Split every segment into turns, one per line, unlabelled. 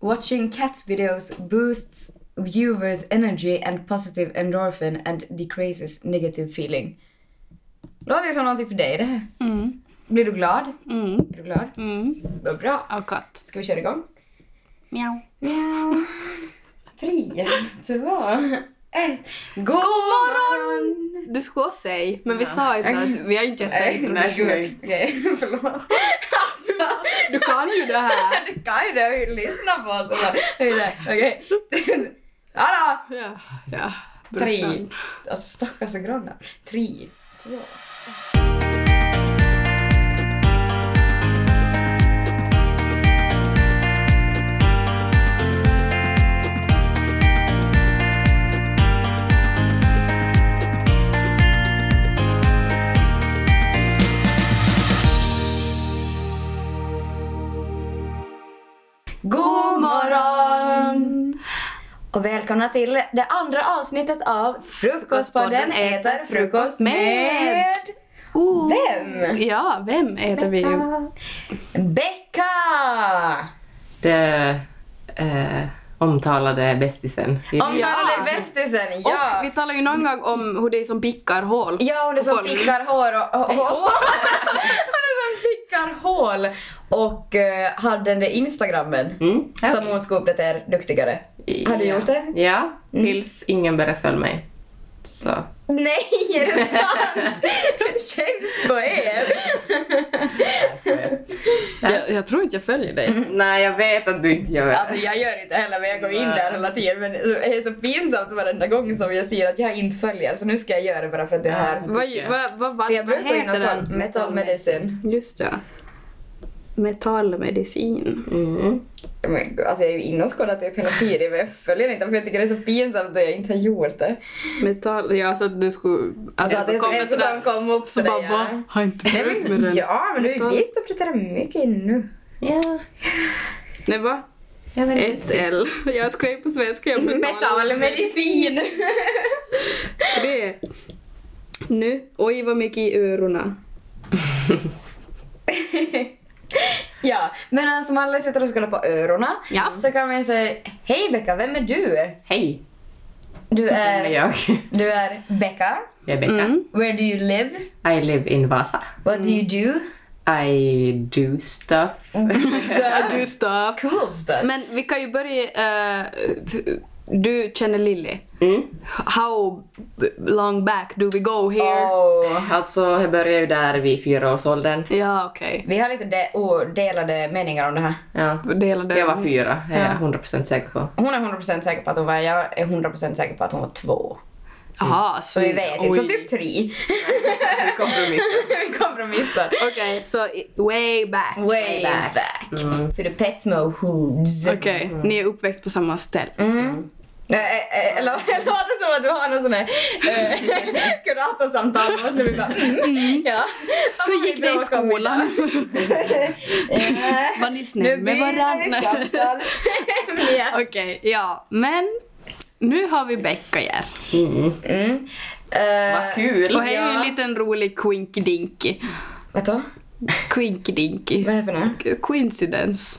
Watching cats videos boosts viewers' energy and positive endorphin and decreases negative feeling. Låter ju som någonting för dig det här.
Mm.
Blir du glad?
Mm.
Är du glad?
Mm.
Vad bra.
Av katt.
Ska vi köra igång?
Miau.
Mjau. Tre, två, ett. God, morgon!
Du ska säga, men vi sa inte
Ja.
att vi har ju inte gett dig
nej,
introduktion.
Okej, förlåt. Alltså,
Du kan ju det här.
du kan ju det. Lyssna på oss. eller? Hej där, Okej. Hallå!
Ja, ja.
Tre.
brorsan.
Alltså stackars grannar. Tre, två. God morgon! Och välkomna till det andra avsnittet av Frukostpodden äter frukost med
Oh.
Vem?
Ja, vem äter vi ju?
Becka!
det eh, omtalade bästisen. I-
Omtalade
Ja.
bästisen,
Och vi
ja!
talar ju någon gång om hur det är som pickar hål.
Ja, hon är som
Folk.
pickar hår och... och, och
Hål.
hon är som pickar hål! Och eh, hade den där instagrammen
Mm. ja.
som hon ska uppdatera duktigare. Har du
Ja.
gjort det? Mm.
Ja, tills ingen började följa mig. Så.
Nej, är det sant? Skäms på er!
jag
Mm.
skojar.
Jag, jag tror inte jag följer dig.
Nej, jag vet att du inte gör det.
Alltså jag gör inte heller men jag går in där hela tiden men det är så pinsamt varenda gång som jag ser att jag inte följer så nu ska jag göra det bara för att du är här.
Ja.
Vad,
tycker jag.
vad, vad,
För
vad,
jag
vad
behöver
heter
någon
den?
metal medicine.
Just ja. Metallmedicin.
Mm.
Men, Alltså jag är ju inne och skådar typ hela tiden men jag följer inte för jag tycker det är så pinsamt att jag inte har gjort det.
Metall... Ja, så att du skulle...
Alltså
Alltså,
att det är så
kommer
en som
sådär...
kom upp
Så bara,
sådär
va?
ja.
Har inte
Nej,
följt med
men,
den?
ja men du är
Metal-
visst uppdaterar mycket ännu.
Ja.
Nej, va?
Jag vet inte.
Ett L. Jag skrev på svenska. Jag
Metallmedicin!
Det är... Nu. Oj, vad mycket i öronen.
ja, men alltså, som alla sitter och skålar på öronen
Ja.
så kan man ju säga Hej Becka, vem är du?
Hej,
Du
det
är...
är jag.
Du är Becka.
Jag är Becka.
Mm.
Where do you live?
I live in Vasa.
What do you do?
I do stuff.
Mm.
Ja, Du stuff.
Cool stuff.
Men vi kan ju börja... eh, du känner Lilly.
Mm.
How b- long back do we go here?
Oh.
Alltså, jag började ju där vid fyraårsåldern.
Ja, okej.
Vi har lite de- oh, delade meningar om det här.
Ja.
Delade.
Jag
Mm.
var fyra, är jag
Ja.
100% säker på.
Hon är 100% säker på att hon var, jag är 100% säker på att hon var två.
Jaha,
Mm. Så vi vet inte, så typ tre.
Vi kompromissar.
vi kompromissar.
Okej, så i- way back.
Way back.
Back. Mm.
To the Petsmo hoods.
Okej, ni är uppväxt på samma ställe.
Mm. Eh, eh, eh, Eller det låter som att du har någon sån här eh, kuratorsamtal med oss nu. Vi bara, mm. ja.
Hur gick det i skolan?
Eh,
Var ni snäll med varandra?
ja.
Okej, ja, men nu har vi Beckajer.
Mm.
mm. Eh,
Vad kul!
Och här är ju
Ja.
en liten rolig quinkdinky.
Vänta,
Quinkdinky.
vad är det för något?
Coincidence.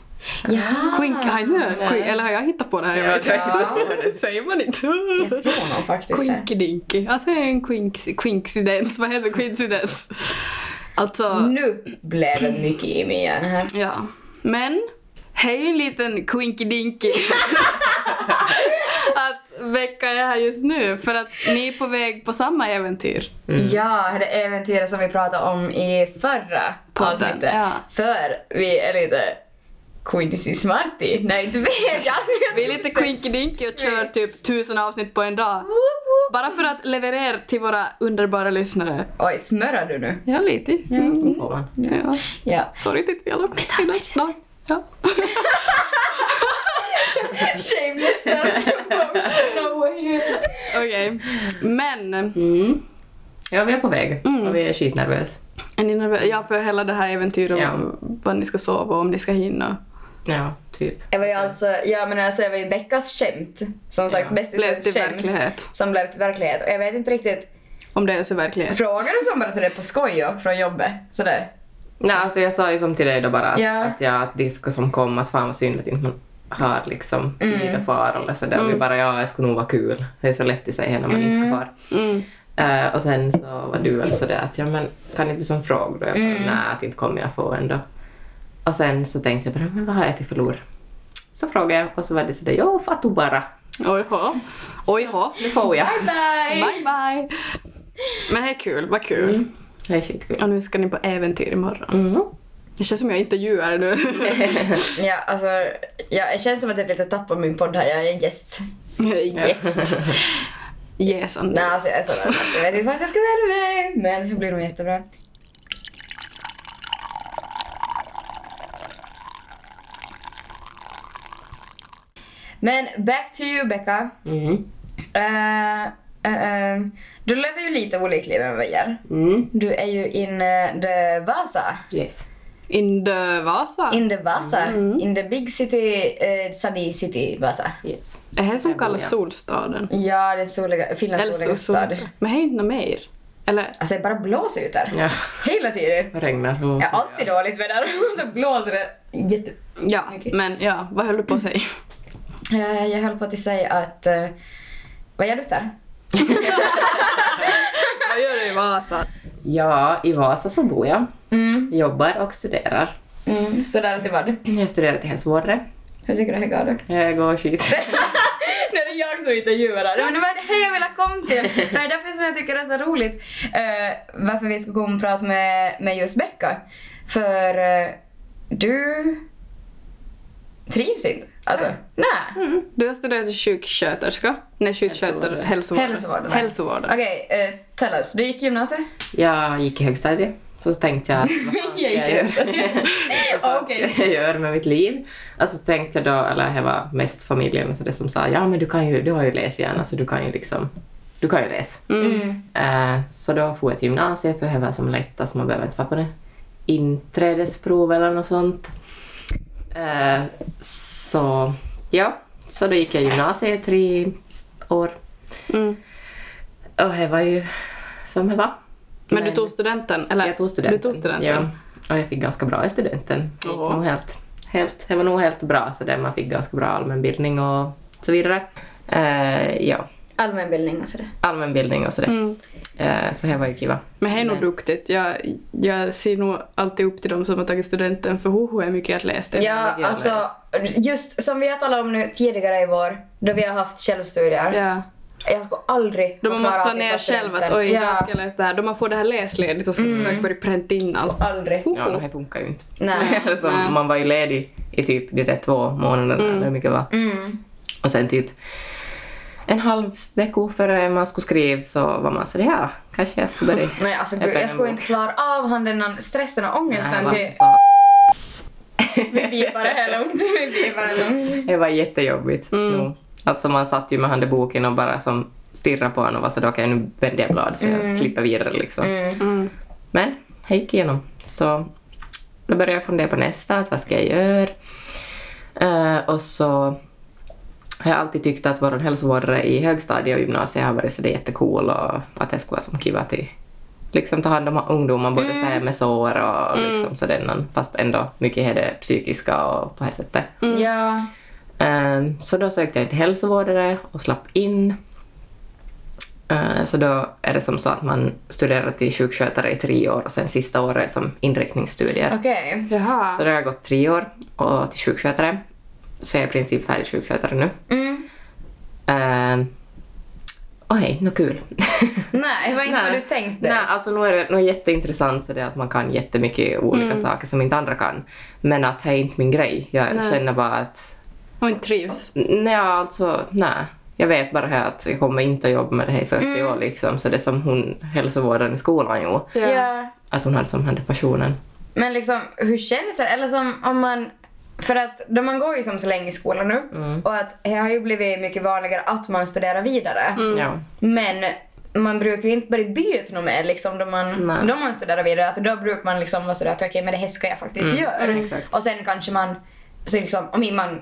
Jaha!
Quink, har jag, quink, eller har jag hittat på det här?
Jag vet
inte.
inte.
Det säger man inte.
Jag tror nog faktiskt det.
Quinkidinky. Alltså en quinks- quinksidens. Vad heter quinksidens? Alltså,
Nu blev det mycket i mig igen här.
ja. Men, här är ju en liten quinkidinky. att väcka er här just nu. För att ni är på väg på samma äventyr.
Ja, det äventyret som vi pratade om i förra
Podden,
avsnittet.
ja.
För vi är lite Quincy Smarty. Nej, inte vet jag. Alltså, jag
Vi är lite quinkidinky och kör typ tusen avsnitt på en dag.
Woop, woop.
Bara för att leverera till våra underbara lyssnare.
Oj, smörar du nu?
Ja, lite. Mm.
Får man.
Ja.
Ja.
Sorgligt att vi alla kommer finnas snart. Ja.
Shameless self-promotion over here.
Okej. Men,
Mm. Ja, vi är på väg och vi är skitnervösa.
är ni nervösa? Ja, för hela det här äventyret om
Ja.
vad ni ska sova och om ni ska hinna.
Ja, typ.
Det var ju alltså, ja men alltså det var ju Beckas skämt. Som sagt,
Ja.
Blev
bästisens
det
skämt.
verklighet?
Som blev till verklighet. Och jag vet inte riktigt
Om det ens är verklighet.
Frågar du som bara sådär på skoj och från jobbet? Sådär.
Nej, alltså jag sa ju som till dig då bara att,
Ja.
att, jag, att det ska som kom att fan vad synd att inte man har liksom tid att fara eller sådär. Och vi bara, ja, det skulle nog vara kul. Det är så lätt i sig när man inte ska fara.
Mm.
Eh, och sen så var du väl sådär att, ja men kan inte du som fråga då? Jag bara, nej, att inte kommer jag få ändå. Och sen så tänkte jag bara, men vad har jag till förlor? Så frågade jag och så var det sådär, jo, fattu bara.
Oj då. Oj då.
Nu får jag.
Bye!
Bye bye. Men det är kul, vad kul.
Mm. Det är skitkul.
Och nu ska ni på äventyr imorgon.
Mm.
Det känns som jag intervjuar nu.
Ja, alltså, ja, det känns som att jag lite tappar min podd här. Jag är en gäst.
Gäst. Yes,
Nej,
Andreas.
alltså jag är så nervös. Jag vet inte vart jag ska vända mig. Men det blir nog jättebra. Men back to you, Becca.
Mm.
Eh, eh, eh, du lever ju lite olikt liv än vad jag gör.
Mm.
Du är ju in eh, the Vasa.
Yes.
In the Vasa.
In the Vasa. In the big city, eh, sunny city Vasa.
Yes.
Är det som kallas
Ja.
Solstaden?
Ja, den soliga,
Eller
Finlands
så,
soliga stad.
Solstaden. Men det är inte något mer. Eller?
Alltså det bara blåser ut där.
Ja,
Hela tiden.
det regnar. Och
Jag
så-
har alltid dåligt väder och så blåser det. Jätte...
Ja,
Okej.
men ja, vad höll du på att säga?
Eh, Jag höll på att säga att... eh, Vad gör du där?
vad gör du i Vasa?
Ja, i Vasa så bor jag.
Mm.
Jobbar och studerar.
Mm. Så där till vad?
Jag studerar till hälsovårdare.
Hur tycker du det här går?
Jag går skit.
Nu är det jag som intervjuar. Men det var det här jag ville komma till. För det är därför som jag tycker det är så roligt eh, varför vi ska komma och prata med, med just Becka. För eh, du trivs inte. Alltså, nej.
Du har studerat till sjuksköterska? Nej, sjuksköter,
Hälsovårdare.
hälsovårdare.
Hälsovårdare.
Hälsovårdare.
Okej, eh, tell us. Du gick gymnasiet?
Jag gick i högstadiet. Så tänkte jag att vad fan ska
Jag gick
jag
i
göra?
högstadiet.
Vad
Okej.
ska jag gör med mitt liv? Alltså tänkte jag då, eller det var mest familjen så det som sa ja men du, kan ju, du har ju läshjärna så du kan ju liksom, du kan ju läsa.
Mm.
Eh, så då får jag till gymnasiet för det var som lättast, man behöver inte vara på det inträdesprov eller något sånt. Eh, så ja, så då gick jag gymnasiet i tre år
Mm.
och det var ju som det var.
Men du tog studenten? Eller?
Jag tog studenten.
Du tog studenten?
Ja. Och jag fick ganska bra i studenten. Det gick
Jaha.
nog helt, helt, det var nog helt bra, så där man fick ganska bra allmänbildning och så vidare. Eh, ja,
Allmänbildning och sådär.
allmänbildning och sådär.
Mm.
Eh, så här var ju kiva.
Men det är nog duktigt. Jag, jag ser nog alltid upp till dem som har tagit studenten för hoho är mycket att läsa. det.
Ja, alltså just som vi har talat om nu tidigare i vår, då vi har haft självstudier.
Ja.
Jag ska aldrig
Då
ha
man måste
klarat
planera
att ta
själv att
studenten.
oj,
ja. Mm.
idag ska jag läsa det här. Då man får det här läsledigt och ska försöka börja pränta in allt.
Aldrig.
Hoho.
Ja, no, det funkar ju inte.
Nej.
Alltså,
Nej.
man var ju ledig i typ de där två månaderna, eller hur mycket det var.
Mm.
Och sen typ en halv vecka före man skulle skriva så var man sådär, ja, kanske jag ska börja.
Nej, alltså
öppna
gud,
en
jag skulle
bok."
inte klara av han den stressen och
Nej,
ångesten
var
till...
så-
Vi bipar det här långt, vi bipar det långt.
Det var jättejobbigt.
Mm.
Jo. Alltså man satt ju med handen i boken och bara som stirrade på honom och var så okej nu vänder jag blad så jag slipper vidare liksom.
Mm.
Mm.
Men det gick igenom. Så då började jag fundera på nästa, att vad ska jag göra? Eh, och så har jag alltid tyckt att vår hälsovårdare i högstadiet och gymnasiet har varit så det är jättecool och att jag skulle vara som kiva till liksom ta hand om ungdomar både så här med sår och liksom sådär, fast ändå mycket är det psykiska och på det här sättet.
Ja.
Ehm, Så då sökte jag till hälsovårdare och slapp in. Ehm, Så då är det som så att man studerar till sjukskötare i tre år och sen sista året är som inriktningsstudier.
Okej.
Jaha.
Så då har jag gått tre år och till sjukskötare. Så jag är i princip färdig sjukskötare nu.
Mm.
Ehm, Och hej, något kul.
Nej, det var inte
Nej.
vad du tänkte.
Nej, alltså nu är det nog jätteintressant så det är att man kan jättemycket olika
Mm.
saker som inte andra kan. Men att det är inte min grej. Jag
Nej.
känner bara att
Hon inte trivs.
Nej, alltså nej. Jag vet bara här att jag kommer inte att jobba med det här i 40 år liksom. Så det som hon, hälsovården i skolan ju,
Ja.
att hon hade som hade passionen.
Men liksom, hur känns det? Eller som om man... För att då man går ju som så länge i skolan nu
Mm.
och att det har ju blivit mycket vanligare att man studerar vidare.
Ja.
Men man brukar ju inte börja byta något mer liksom då man,
Nej.
då man studerar vidare. Att då brukar man liksom vara sådär att okej men det här ska jag faktiskt göra.
Mm. exakt.
Och sen kanske man, så liksom, om man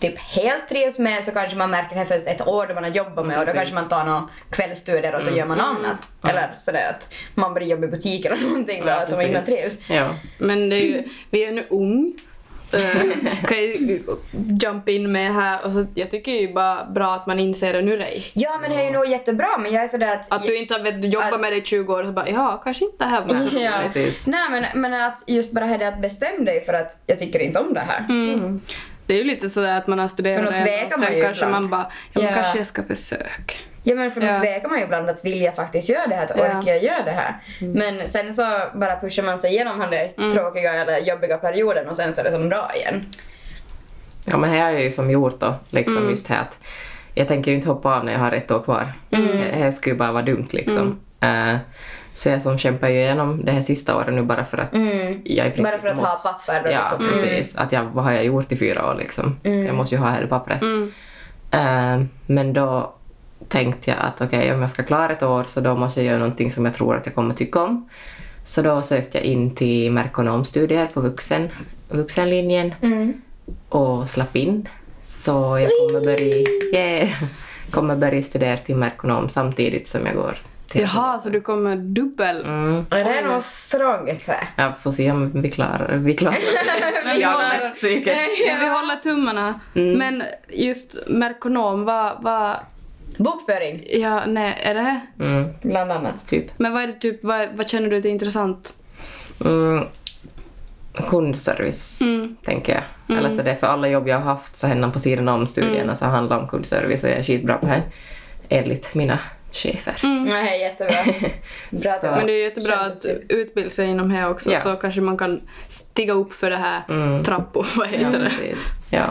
typ helt trivs med så kanske man märker det här först ett år då man har jobbat med och då
Precis. Mm.
kanske man tar några kvällsstudier och så gör man något annat. Eller sådär att man börjar jobba i butiker eller någonting
Ja,
då, som man inte
precis.
trivs.
ja.
Men det är ju, vi är nu ung eh, kan jag jump in med här. Och så, jag tycker ju bara bra att man inser det nu Ray.
Ja men det är ju nog jättebra men jag är sådär att...
Att du inte har vet, du jobbar med det i 20 år och så bara ja, kanske inte det här var så
ja.
Precis.
Nej men, men att just bara det att bestäm dig för att jag tycker inte om det här.
Mm. Det är ju lite sådär att man har
För då
studerat det
tvekar
och
man ju
sen kanske
ibland.
man bara, ja men
Ja.
kanske jag ska försöka.
Ja men för då
Ja.
tvekar man ju ibland att vill jag faktiskt göra det här, att
Ja. Mm.
orkar jag göra det här? Men sen så bara pushar man sig igenom den där tråkiga eller jobbiga perioden och sen så är det som bra igen.
Ja, men här har jag ju som gjort då, liksom
Mm.
just här att jag tänker ju inte hoppa av när jag har ett år kvar.
Mm.
Det här skulle ju bara vara dumt liksom. Eh, så jag som kämpar ju igenom det här sista året nu bara för att
Mm.
jag i princip
Bara för att ha
måste.
papper då,
Ja,
liksom. Mm.
precis. Att jag, vad har jag gjort i fyra år liksom? Jag måste ju ha här i pappret.
Mm.
Eh, men då tänkte jag att okej, om jag ska klara ett år så då måste jag göra någonting som jag tror att jag kommer tycka om. Så då sökte jag in till merkonomstudier på vuxen, vuxenlinjen
Mm.
och slapp in. Så jag kommer börja, yeah, kommer börja studera till merkonom samtidigt som jag går till...
Jaha, så du kommer dubbel?
Mm.
Och det är nog strångt. så här.
Jag får se om vi klarar vi klarar
Vi
Jag
håller-
är säker.
Ja, vi håller tummarna. Men just Merkonom, vad, vad,
Bokföring,
ja, nej, är det?
Mm,
bland annat.
typ.
Men vad är det typ, vad, vad känner du att det är intressant?
Mm. Kundservice,
Mm.
tänker jag. Eller så det är för alla jobb jag har haft så händer på sidan om studierna så handlar om kundservice och jag är skitbra på det enligt mina chefer.
Mm.
Nej, jättebra. Mm. Bra att det
Så-
var.
Men det är ju jättebra
Kändes
att
typ.
utbilda sig inom här också
Ja.
så kanske man kan stiga upp för det här
Mm.
trappor, vad heter
Ja,
det?
precis. Ja.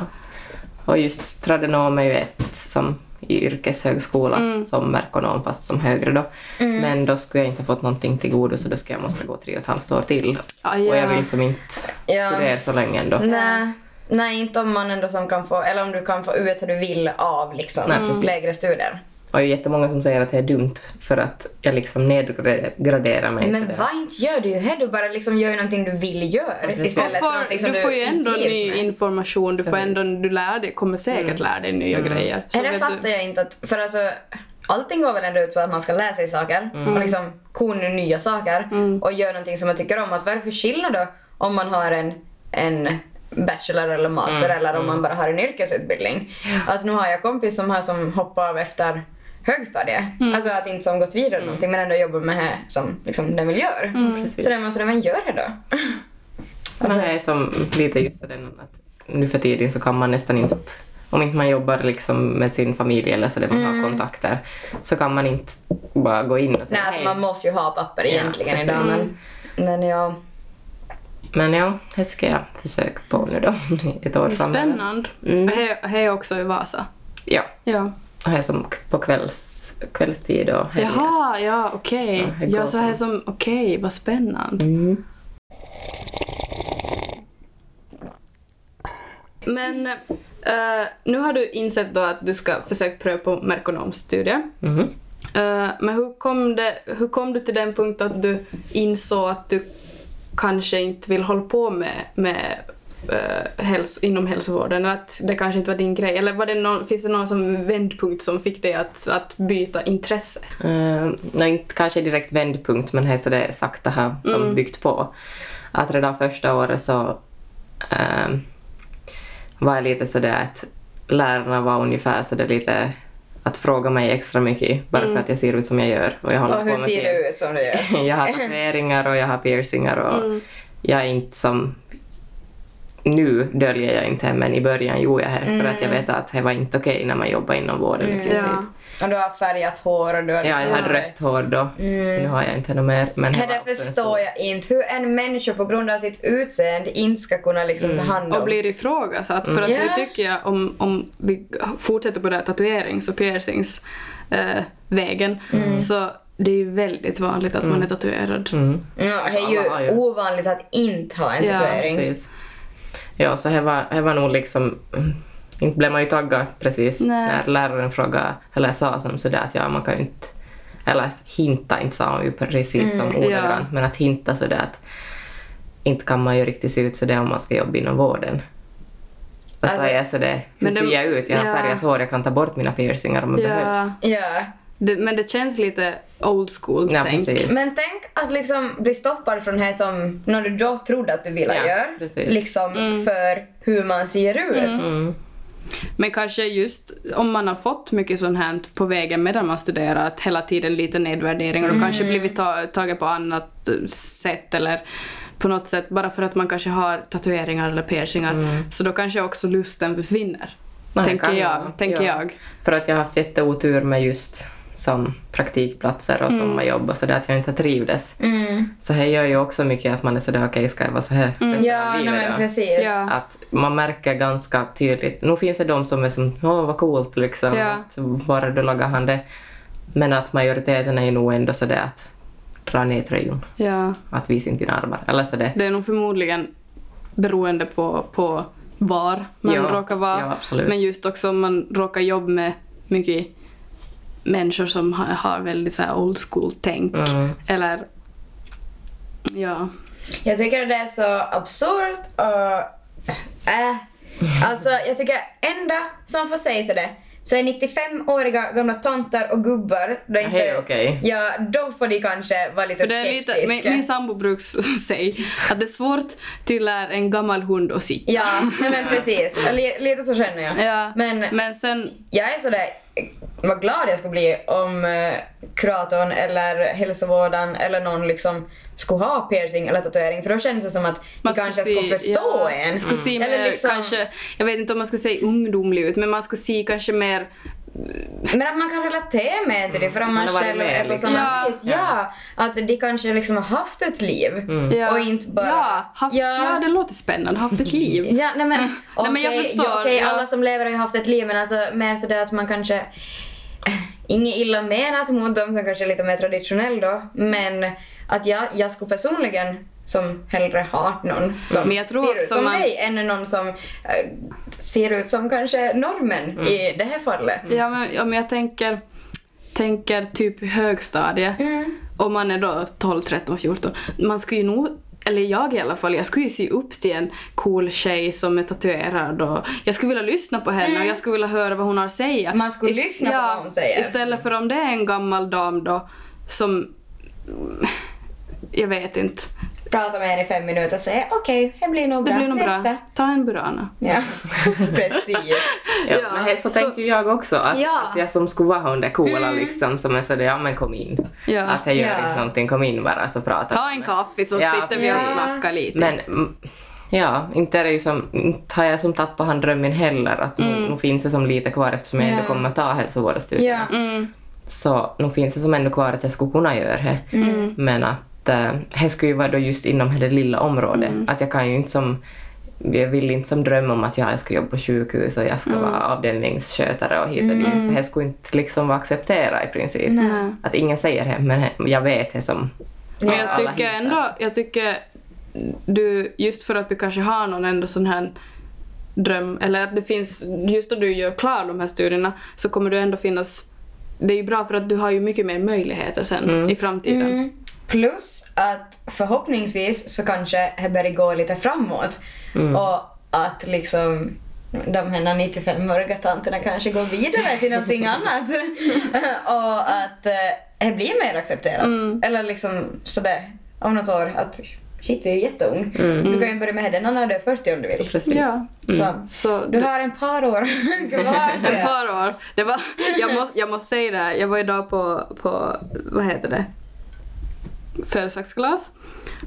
Och just tradenom är ju ett som i yrkeshögskola
Mm.
som merkonom fast som högre då. Men då skulle jag inte ha fått någonting till godo så då skulle jag måste gå tre och ett halvt år till.
Ah,
Och jag
ja.
vill liksom inte
Ja. Mm.
studera så länge ändå.
Nej. Nej, inte om man ändå som kan få, eller om du kan få ut hur du vill av liksom
Nej, precis.
lägre studier.
Och det är jättemånga som säger att det är dumt för att jag liksom nedgraderar mig.
Men
sådär.
vad inte gör du ju här? Du bara liksom gör ju någonting du vill göra
precis.
Du
istället för någonting
får,
som
du
du,
får ju ändå
trivs
ny
med.
information, du får ändå, du lär dig, kommer säkert lära dig nya grejer. Så
Nej, det
vet
fattar jag inte. Att, för alltså, allting går väl ändå ut på att man ska lära sig saker och liksom kona nya saker och göra någonting som man tycker om. Att vad är det för skillnad då om man har en, en bachelor eller master eller om man bara har en yrkesutbildning? Att nu har jag kompis som har som hoppat av efter högstadiet. Alltså att inte som gått vidare eller någonting men ändå jobbar med här som liksom den vill göra.
Precis.
Så det måste man göra då. Alltså-
Alltså, jag är som lite just den att nu för tiden så kan man nästan inte, om inte man jobbar liksom med sin familj eller så där man
Mm.
har kontakter, så kan man inte bara gå in och säga
Nej, alltså
hej.
man måste ju ha papper
Ja,
egentligen
precis.
idag men, men ja.
Men ja, det ska jag försöka på nu då, ett år
du.
framöver.
Spännande.
Mm.
Här- Här är också i Vasa.
Ja,
Ja.
och jag är som k- på kvälls, kvällstid och helger.
Jaha, ja okej.
Så, här går
Ja, så här
det.
som, okej, vad spännande.
Mm. Mm.
Men eh, nu har du insett då att du ska försöka pröva på merkonomstudier.
Mhm.
Eh, men hur kom, det, hur kom du till den punkt att du insåg att du kanske inte vill hålla på med, med eh, häls- inom hälsovården? Eller att det kanske inte var din grej? Eller var det någon, finns det någon som vändpunkt som fick dig att, att byta intresse?
Eh, nej, inte kanske direkt vändpunkt, men det är så det sakta har som
Mm.
byggt på. Att redan första året så eh, var jag lite sådär att lärarna var ungefär sådär lite att fråga mig extra mycket bara för att jag ser ut som jag gör. Och jag håller
Och Mm. hur
på med
ser
fel.
du ut som du gör?
Jag har tatueringar och jag har piercingar och
Mm.
jag är inte som... Nu döljer jag inte men i början gjorde jag det för att jag
Mm.
vet att det var inte okej när man jobbar inom vården i princip.
Och du har färgat hår och du har
Mm.
liksom-
Ja, jag hade rött hår då. Nu har jag inte något mer. Men det
Mm. Det
var
där
också en stor-
förstår jag inte. Hur en människa på grund av sitt utseende inte ska kunna liksom
Mm.
ta hand om.
och blir ifrågasatt. För att
Ja.
nu tycker jag, om, om vi fortsätter på det här tatuerings och piercings eh, vägen, så det är ju väldigt vanligt att man är tatuerad.
Mm,
ja, det är
Alla har
ju
ju-
ovanligt att inte ha en
Ja,
tatuering.
precis. Ja, så här var, här var nog liksom... Inte blev man ju taggad precis
Nej.
när läraren frågade, eller sa som sådär att ja, man kan ju inte... Eller hinta, inte sa hon ju precis som
Mm,
ordagrant, men att hinta sådär att inte kan man ju riktigt se ut sådär om man ska jobba inom vården. Vad
Alltså-
sa jag sådär, hur
Men det-
ser jag ut? Jag har
ja.
färgat hår, jag kan ta bort mina piercingar om det
Ja.
behövs.
Ja.
Det, men det känns lite old school
Ja,
tänk.
precis.
Men tänk att liksom bli stoppad från det som någon du då trodde att du ville
Ja,
göra.
precis.
Liksom för hur man ser ut.
Mm.
Men kanske just om man har fått mycket sånt här på vägen medan man studerar, att hela tiden lite nedvärdering och då kanske
Mm.
blivit ta- tagen på annat eh, sätt eller på något sätt bara för att man kanske har tatueringar eller piercingar. Så då kanske också lusten försvinner.
Mm. Ja,
tänker
kan
jag.
vara.
Tänker
Ja.
jag.
För att jag har haft jätteotur med just som praktikplatser och sommarjobb och sådär, att jag inte trivdes.
Mm.
Så här gör ju också mycket att man är sådär, okej, ska jag vara så här resten
Ja,
av
nej,
livet
men
då?
precis.
Ja.
Att man märker ganska tydligt, nu finns det de som är som, åh vad coolt liksom,
Ja.
att bara du lagar han det. Men att majoriteten är ju nog ändå sådär att dra ner tröjan,
Ja.
att visa inte dina armar. Eller sådär.
Det är nog förmodligen beroende på, på var man
Ja,
råkar vara.
ja, absolut.
Men just också om man råkar jobba med mycket människor som har, har väldigt så här old school-tänk.
Mm.
Eller... Ja.
Jag tycker det är så absurt och... Äh. Alltså, jag tycker enda som får säga så det så är 95-åriga gamla tantar och gubbar. Då inte,
Hej, okej.
Ja, då får de kanske vara lite
För det är lite, min,
skeptiska.
min sambo brukar säga att det är svårt till en gammal hund att sitta.
Ja, nej men precis. Eller, lite så känner jag.
Ja.
Men
Men sen,
jag är sådär, vad glad jag skulle bli om eh, kuratorn eller hälsovården eller någon liksom skulle ha piercing eller tatuering för då känns det som att man
skulle
kanske
se-
skulle förstå
ja,
en.
Skulle se
Eller
mer,
liksom-
kanske, jag vet inte om man skulle säga ungdomlig ut, men man skulle se kanske mer...
Men att man kan relatera med till det för om man,
Man har varit
själv
med,
är på
liksom.
samma
Ja. Mm.
vis. Ja. Att de kanske liksom har haft ett liv.
Ja.
Och inte bara-
Ja, haft,
Ja.
ja. det låter spännande. Haft ett liv.
Ja, nej men,
Nej, men jag
okej,
förstår,
ja, okej,
ja.
alla som lever har ju haft ett liv men alltså mer sådär att man kanske Inget illa menat mot dem som kanske är lite mer traditionell då men att jag, jag skulle personligen som hellre ha någon som
Men jag tror
ser ut
också
som
man-
mig än någon som eh, ser ut som kanske normen i det här fallet.
Ja, men, ja, men jag tänker, tänker typ högstadie.
Mm.
Om man är då 12, 13, 14. Man skulle ju nog, eller jag i alla fall, jag skulle ju se upp till en cool tjej som är tatuerad och jag skulle vilja lyssna på henne och jag skulle vilja höra vad hon har att säga.
Mm. Man skulle lyssna på vad hon säger.
Istället för om det är en gammal dam då som, jag vet inte.
Prata med en i fem minuter och säga okej, det blir nog
Det
bra.
blir nog
Nästa.
bra. Ta en burana.
Ja, precis.
Ja,
Ja,
men här, så,
så-
tänker ju jag också. Att,
Ja. Mm.
att jag som skulle vara hon där coola liksom, som är sådär, ja men kom in.
Ja.
Att jag gör
Ja.
inte någonting, kom in bara så pratar
Ta
vi.
en kaffe så
Ja,
sitter vi och
precis.
snackar lite.
Men mm, ja, inte är det ju som, inte har jag som tappat han drömmen heller. Att
Mm.
nu, nu finns det som lite kvar eftersom jag
Ja.
ändå kommer ta hälsovårdsstudierna.
Ja.
mm.
Så nu finns det som ändå kvar att jag skulle kunna göra det.
Mm.
Men att eh, det skulle ju vara då just inom det lilla området.
Mm.
Att jag kan ju inte som jag vill inte som drömma om att ja, jag ska jobba på sjukhus och jag ska
Mm.
vara avdelningsskötare och hit och dit. För det skulle inte liksom vara acceptera i princip.
Nej.
Att ingen säger det, men jag vet det som...
Ja.
Men jag
alla
tycker
hittar.
ändå, jag tycker du, just för att du kanske har någon ändå sån här dröm, eller att det finns, just då du gör klar de här studierna så kommer du ändå finnas, det är ju bra för att du har ju mycket mer möjligheter sen i framtiden.
Mm. Plus att förhoppningsvis så kanske det börjar gå lite framåt. Och att liksom de här 95-åriga tanterna kanske går vidare till någonting annat. och att eh, det blir mer accepterat. Eller liksom sådär om något år att shit, du är ju jätteung. Du kan ju börja med händerna när du är 40 om du vill.
Precis.
Ja.
Så,
Så
du har en par år kvar.
Ett par år. Det var, jag, måste, jag måste säga det, här. jag var idag på, på vad heter det, födelsedagsglas.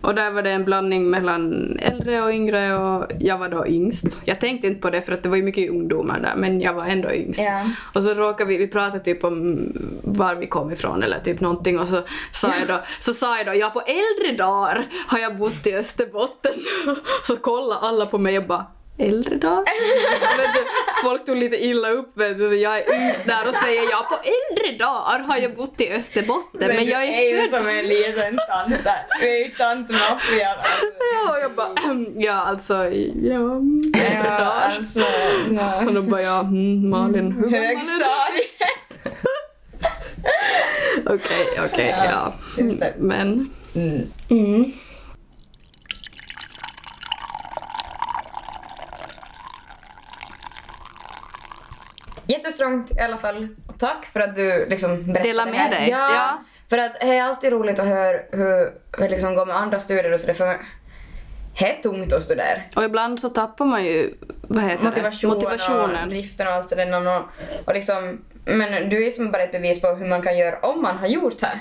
Och där var det en blandning mellan äldre och yngre och jag var då yngst. Jag tänkte inte på det för att det var ju mycket ungdomar där men jag var ändå yngst.
Ja.
Och så råkade vi, vi pratade typ om var vi kom ifrån eller typ någonting och så sa jag då, så sa jag då, ja på äldre dagar har jag bott i Österbotten. Så kollade alla på mig och bara Äldre dagar? Vet du, folk tog lite illa upp vet du, så jag är yngst där och säger ja på äldre dagar har jag bott i Österbotten men,
du
jag
är
är
ju
född
som en liten tant där. Du är ju tantmaffian. alltså.
Ja, och jag bara, ja alltså, ja,
Ja,
äldre dagar.
alltså, ja.
Och då bara jag, mm, Malin, hur gammal är du?
högstadie.
Okej, okej, ja.
just det.
Men,
Jättestrångt i alla fall tack för att du liksom berättade
Dela
det
med
här.
dig.
Ja,
Ja.
För att det är alltid roligt att höra hur, hur liksom det går med andra studier och sådär för det är tungt att studera.
Och ibland så tappar man ju vad heter
Motivation
det?
och
motivationen.
driften och allt sådär. Och, någon- och liksom, men du är som bara ett bevis på hur man kan göra om man har gjort det.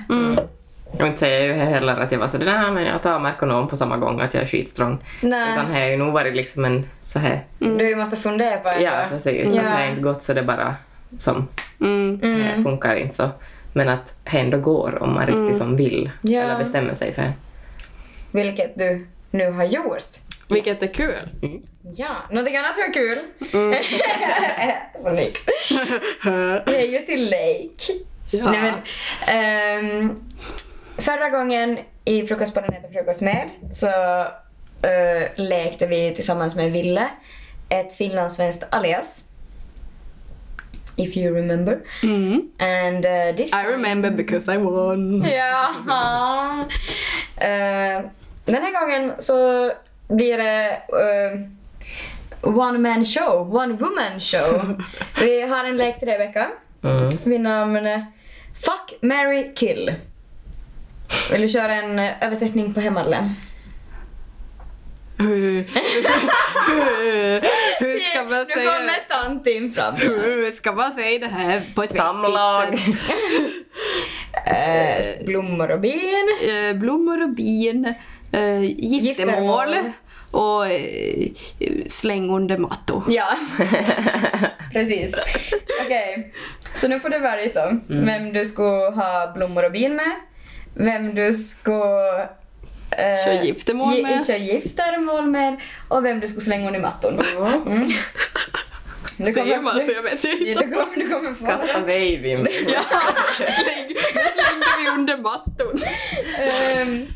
Jag inte säger ju heller att jag var sådär, nej men jag tar Merconom på samma gång att jag är skitstrong.
Nej.
Utan det har ju nog varit liksom en så här,
Mm.
Du måste fundera på det.
ja precis,
Ja.
att det har inte gått så det bara som
Mm.
eh, funkar inte så. Men att det ändå går om man riktigt som vill
Mm. Ja.
eller bestämmer sig för.
Vilket du nu har gjort.
Vilket är kul.
Ja, någonting annat som är kul.
Mm.
Snyggt. Det är ju till Lake.
Ja.
Nej, men, ehm, förra gången i Frukostpodden äter frukost med så eh, lekte vi tillsammans med Ville ett finlandssvenskt alias. If you remember.
Mm.
And eh, this
I remember because I won.
Ja. Eh, den här gången så blir det eh, One man show, one woman show. Vi har en lek till dig Becka.
Mm.
Vid namn eh, Fuck, Mary kill. Vill du köra en eh, översättning på hemmadelen?
Hur, hur, hur ska man
Nu
säga?
kommer tantin fram.
Hur ska man säga det här på ett
Samlag.
vettigt sätt?
Eh, blommor och bin.
Eh, Blommor och bin, eh, giftermål
Giftermål.
och eh, släng under mattor.
Ja, precis. Okej, så nu får du välja då.
Mm.
Vem du ska ha blommor och bin med. Vem du ska... eh,
Köra giftermål
gi-
med.
Köra giftermål med. Och vem du ska slänga under mattan. Mm. Du
Säger man så
du,
jag vet
du,
inte.
kommer, du kommer få...
Kasta babyn.
Ja, släng, det slängde vi under mattan.
Ehm,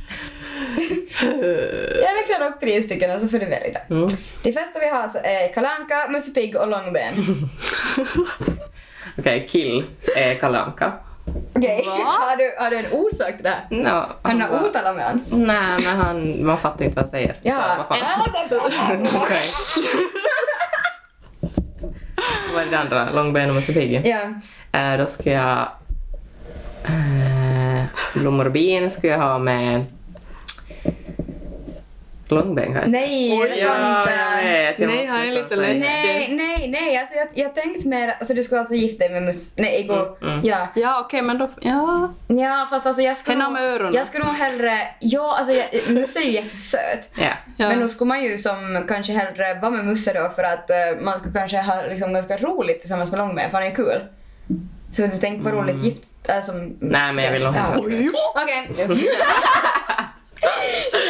jag räknar upp tre stycken och så får du välja. då.
Mm.
Det första vi har så är Kalle Anka, Musse Pigg och Långben.
Okej, kill är Kalle Anka.
Okej,
Va?
har, du, har du en orsak till det här?
No,
Har du
han
några
bara-
otalar med honom?
Nej, men han, man fattar ju inte vad han säger. Så,
Ja.
vad fan. Okej. Vad är det andra? Långben och Musse Pigg?
Ja.
Eh, då ska jag... Eh, blommor och bin ska jag ha med... Långben kanske?
Nej, är det sant?
jag vet, jag
Nej,
måste
han är
nästan
lite
säga.
Nej,
läskig.
nej, nej. Alltså jag, jag tänkte mer... Alltså du skulle alltså gifta dig med Mus... Nej, igår.
Mm, mm.
Ja.
Ja, okej, men då... Ja.
ja, fast alltså jag skulle...
Henne
nog-
med öronen.
Jag skulle nog hellre... Ja, alltså jag, Musse är ju jättesöt.
Ja.
ja.
Men då skulle man ju som kanske hellre vara med Musse då för att eh, man skulle kanske ha liksom ganska roligt tillsammans med Långben för han är kul. Så du tänk på roligt gift... Alltså,
Mm. Nej, men jag vill nog hellre-
Okej.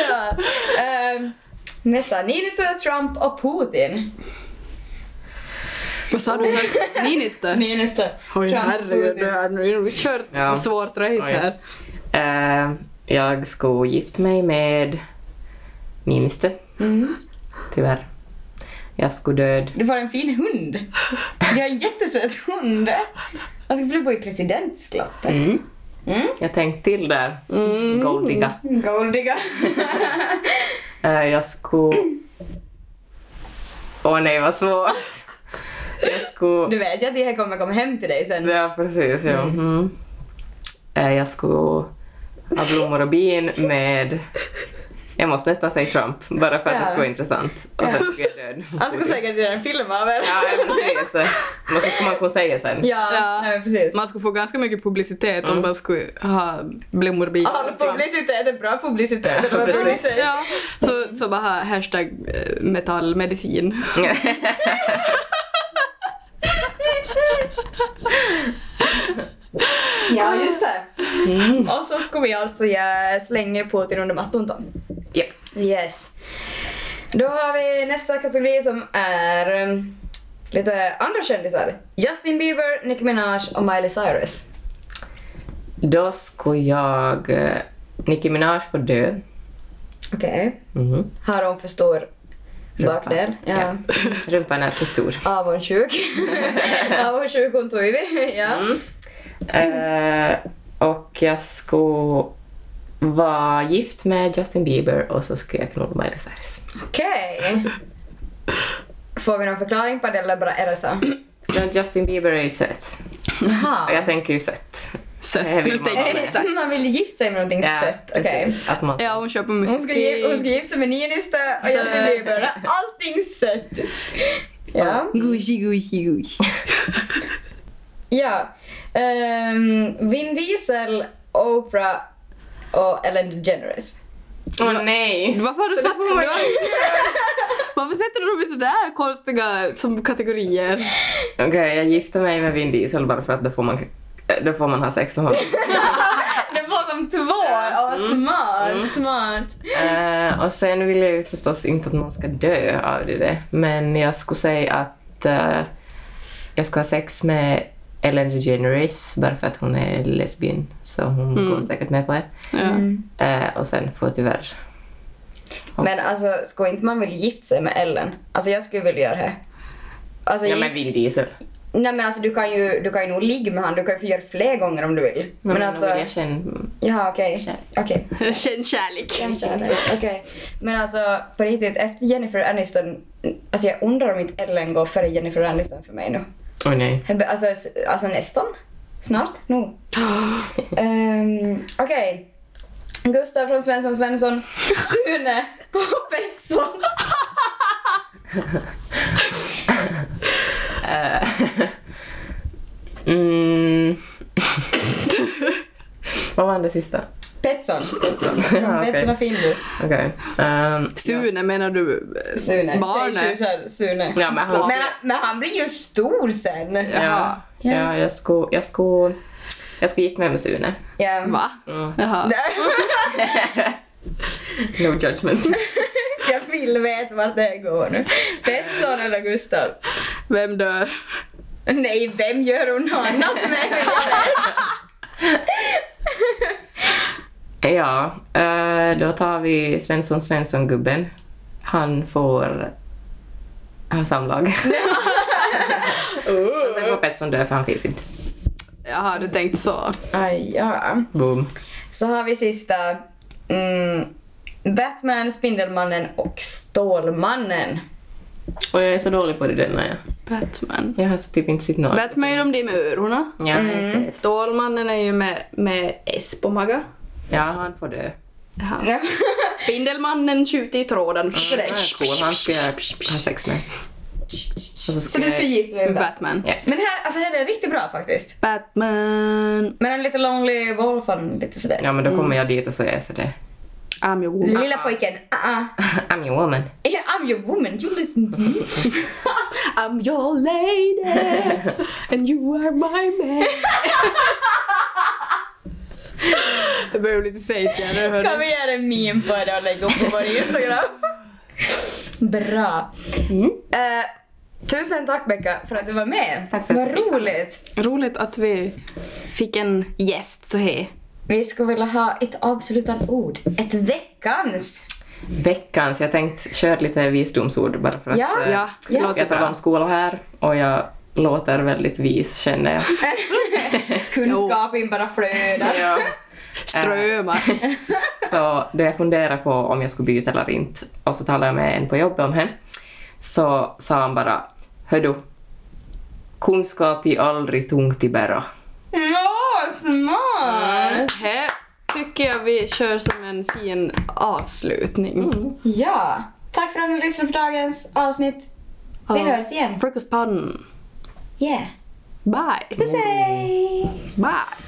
ja. Ehm, nästa. Niinistö, Trump och Putin.
Vad sa du först? Niinistö?
Niinistö.
Oj
Trump,
herregud, det
Putin.
här, nu är det kört
Ja.
svårt race
Oj.
här.
Eh, jag ska gifta mig med Niinistö.
Mm.
Tyvärr. Jag ska död.
Du får en fin hund. Vi har en jättesöt hund. Jag ska bo i presidentsslottet.
Mm.
Mm.
Jag tänkte till där. Goldiga.
Goldiga.
Eh, jag skulle... Åh nej, vad svårt. Jag skulle...
Du vet ju att det här kommer komma hem till dig sen.
Ja, precis. Ja. Mm.
Mhm.
Eh, Jag skulle ha blommor och bin med... Jag måste nästan säga Trump, bara för att
Ja.
det skulle vara intressant. Och sen skulle jag död.
Han skulle säkert göra en film av det.
Ja, ja, precis. Men så ska man kunna säga sen.
Ja,
Ja.
Nej, men precis.
Man skulle få ganska mycket publicitet om man skulle ha blommor bi-
All publicitet är bra publicitet. Det var
Ja, precis.
publicitet.
Ja, så, så bara ha hashtag eh, metallmedicin.
Ja, just det. Och så ska vi alltså ja, slänga på till under mattan då.
Japp.
Yes. Då har vi nästa kategori som är um, lite andra kändisar. Justin Bieber, Nicki Minaj och Miley Cyrus.
Då skulle jag... eh, Nicki Minaj får dö.
Okej.
Mhm.
Har hon för stor bakdel? Ja.
Ja. Rumpan är för stor.
Avundsjuk. Avundsjuk hon tog vi. Ja.
Mm. Eh, och jag skulle vara gift med Justin Bieber och så skulle jag knulla Miley Cyrus.
Okej. Får vi någon förklaring på det eller bara är det så?
Men Justin Bieber är ju söt.
Jaha.
Och jag tänker ju sött.
Sött.
Det vill
Du
man
tänker
aldrig.
sött.
Man vill gifta sig med någonting
Ja,
sött. Okej.
precis. Att man...
Ja, hon köper
Hon
musik.
ska, gi- hon ska gifta sig med Niinistö och jag
Sött.
ska göra allting sött. Ja.
Gushi, gushi, gushi.
ja. Ehm, Vin Diesel, Oprah och Ellen DeGeneres.
Åh nej!
Varför har du satt dem? Varför sätter du dem i sådär konstiga som kategorier?
Okej, jag gifter mig med Vin Diesel bara för att då får man, då får man ha sex med honom.
Det var som två! Ja, Mm. smart, smart.
Eh, och sen vill jag ju förstås inte att någon ska dö av det, men jag skulle säga att eh, jag ska ha sex med Ellen DeGeneres bara för att hon är lesbien, så hon
Mm.
går säkert med på det.
Ja.
Eh, och sen får jag tyvärr...
Alltså, Men alltså, ska inte man vilja gifta sig med Ellen? Alltså jag skulle vilja göra det. Alltså,
Ja,
gi-
men Vin Diesel.
Nej men alltså du kan ju, du kan ju nog ligga med han, du kan ju få göra fler gånger om du vill.
Men,
men alltså,
vill jag känna...
jaha okej. Okej.
Känn kärlek.
Okej. Men alltså på riktigt, efter Jennifer Aniston, alltså jag undrar om inte Ellen går före Jennifer Aniston för mig nu.
Oj nej.
Alltså, s- alltså nästan. Snart nog. Ehm, Okej. Gustav från Svensson Svensson, Sune och Betsson.
Eh, mm. Vad var det sista?
Betsson.
Ja, okej.
Betsson och Findus.
Okej. Ehm,
Sune, menar du eh,
Sune.
barnet?
Tjejtjusar Sune.
Ja, men han-
men, men han blir ju stor sen. Ja.
Ja,
Ja.
ja jag skulle jag skulle jag skulle gifta mig med Sune.
Va?
Mm.
Jaha.
No judgment.
Jag vill veta vart det här går nu. Betsson eller Gustav?
Vem dör?
Nej, vem gör hon annat med?
ja, eh, då tar vi Svensson Svensson-gubben. Han får ha samlag. Och Sen får Petson dö för han finns inte.
Jaha, du tänkt så.
Aj, ja.
Boom.
Så har vi sista. Mm, Batman, Spindelmannen och Stålmannen.
Och jag är så dålig på det denna jag.
Batman.
Jag har så typ inte sett några.
Batman är de där med urorna.
Ja, mm.
Stålmannen är ju med, med S på maga.
ja, han får dö.
Jaha. Spindelmannen skjuter i tråden.
Han är cool. Han ska jag ha sex med. Och så
Så
ska
du skulle
jag...
gifta dig med Batman?
Batman.
Ja.
Men här, alltså här är det riktigt bra faktiskt.
Batman.
Men en lite lonely wolf, han lite sådär.
Ja, Ah. men då kommer jag dit och så är jag sådär.
I'm your woman.
Lilla pojken, uh-uh.
I'm your woman.
I'm your woman, you listen to me.
I'm your lady. And you are my man. Jag börjar bli lite Satan.
Kan vi göra en meme på det och lägga upp på vår Instagram? Bra.
Mm.
Eh, tusen tack Becka för att du var med.
Tack för att
Vad
du fick
roligt.
Roligt att vi fick en gäst så här.
Vi skulle vilja ha ett avslutat ord. Ett veckans.
veckans. Jag tänkte köra lite visdomsord bara för att
Ja,
eh,
Ja,
Ja.
det låter
jag talar
bra.
om skola här och jag låter väldigt vis känner jag.
Kunskapen bara flödar.
ja.
Strömmar.
Så då jag funderade på om jag skulle byta eller inte och så talade jag med en på jobbet om henne så sa han bara Hördu, kunskap är aldrig tungt i bära.
Ja, smart!
Här tycker jag vi kör som en fin avslutning.
Ja. Tack för att ni lyssnade på dagens avsnitt. Vi
Ja.
hörs igen.
Frukostpodden.
Yeah.
Bye.
Puss hej!
Bye.